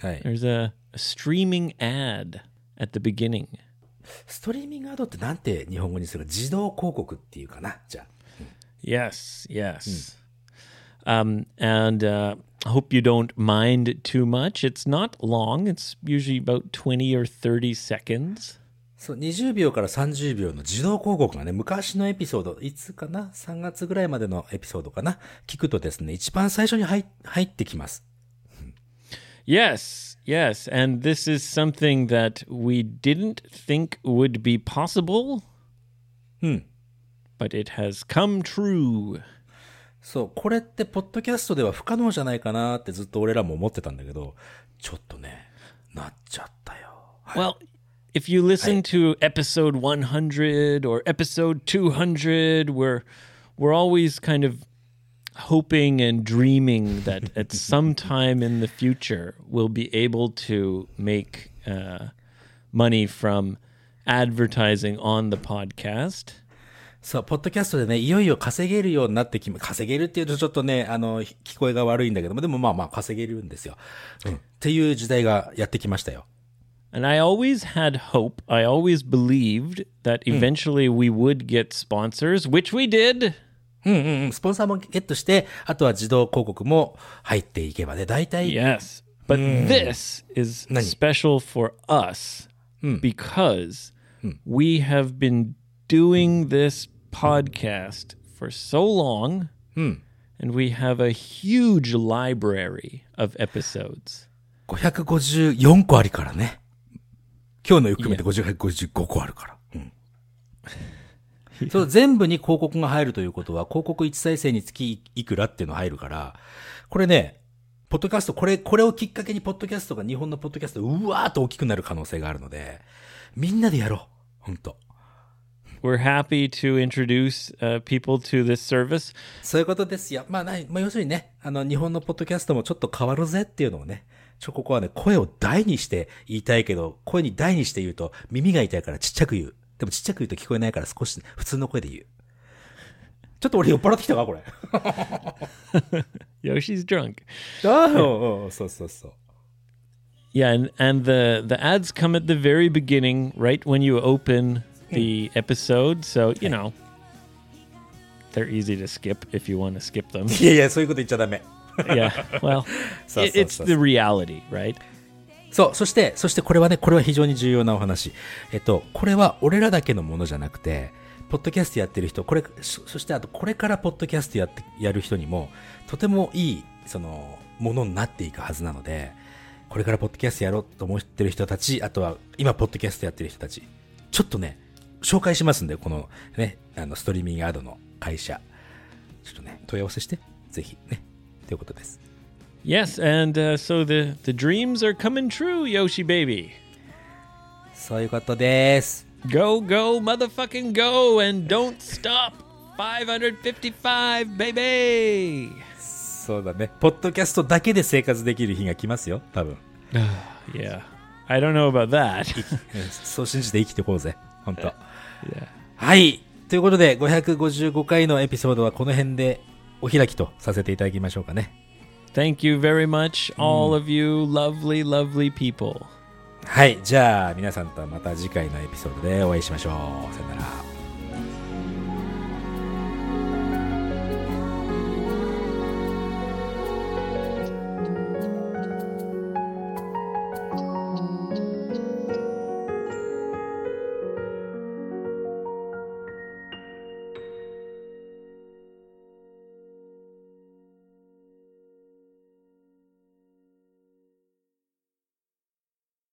はい。
there's a, a streaming ad at the beginning.
ストリーミングアドってなんて日本語にする自動広告っていうかな。じゃ
Yes, yes. Um, and uh, I hope you don't mind too much. It's not long, it's usually about 20 or 30 seconds.
そう、20秒から30秒の自動広告がね、昔のエピソード、いつかな ?3 月ぐらいまでのエピソードかな聞くとですね、一番最初に入入ってきます。
Yes, yes. And this is something that we didn't think would be possible. But it has come true.
そう、これってポッドキャストでは不可能じゃないかなってずっと俺らも思ってたんだけど、ちょっとね、なっちゃったよ。
Well, if you listen to episode 100 or episode 200, we're we're always kind of hoping and dreaming that at some time in the future we'll be able to make uh, money from advertising on the podcast.
そう、ポッドキャストでね、いよいよ稼げるようになってきま、稼げるっていうとちょっとね、あの、ひ聞こえが悪いんだけども、でもまあまあ稼げるんですよ。うん。っていう時代がやってきましたよ。
And I always had hope. I always believed that eventually we would get sponsors, which we did.
うん、スポンサーもゲットして、あとは自動広告も入っていけばね、大体、
Yes. But this is special for us because we have been doing this podcast for so long and we have a huge library of episodes.
554個ありからね。今日の含めて555個あるから。うん。そう、全部に広告が入るということは、広告1再生につきいくらっていうの入るから、これね、ポッドキャスト、これ、これをきっかけに、ポッドキャストが日本のポッドキャスト、うわーっと大きくなる可能性があるので、みんなでやろう。ほんと。
We're happy to introduce uh, people to this service.
そういうことですよ。まあ、ない、まあ、要するにね、あの、日本のポッドキャストもちょっと変わるぜっていうのをね、ちょ、ここはね、声を大にして言いたいけど、声に大にして言うと耳が痛いからちっちゃく言う。でもちっちゃく言うと聞こえないから少し、普通の声で言う。ちょっと俺酔っ払ってきたかこれ。あ
Yoshi's drunk.
あ、うんうんそうそうそう。
Yeah, and, and the, the ads come at the very beginning, right when you open the episode. So, you know, they're easy to skip if you want to skip them. [LAUGHS]
いやいや、そういうこと言っちゃダメ。
yeah. Well,
[LAUGHS] So,
it-
so,
it's
so,
the
so.
reality, right?
そう、そして、そしてこれはね、これは非常に重要なお話。えっと、これは俺らだけのものじゃなくて、ポッドキャストやってる人、これ、そそしてあと、これからポッドキャストやって、やる人にも、とてもいい、その、ものになっていくはずなので、これからポッドキャストやろうと思ってる人たち、あとは今ポッドキャストやってる人たち、ちょっとね、紹介しますんで、このね、あの、ストリーミングアドの会社。ちょっとね、問い合わせして、ぜひね、ということです。
Yes, and uh, so the, the dreams are coming true, Yoshi baby.
そういうことです。
Go, go, motherfucking go, and don't stop. 555, baby.
そうだね。ポッドキャストだけで生活できる日が来ますよ、多分。
Yeah, I don't know about that.
うん [LAUGHS] そう信じて生きてこうぜ。本当。はい。ということで、555回のエピソードはこの辺でお開きとさせていただきましょうかね。
Thank you very much, all of you lovely, lovely people.
はい。じゃあ、皆さんとはまた次回のエピソードでお会いしましょう。さよなら。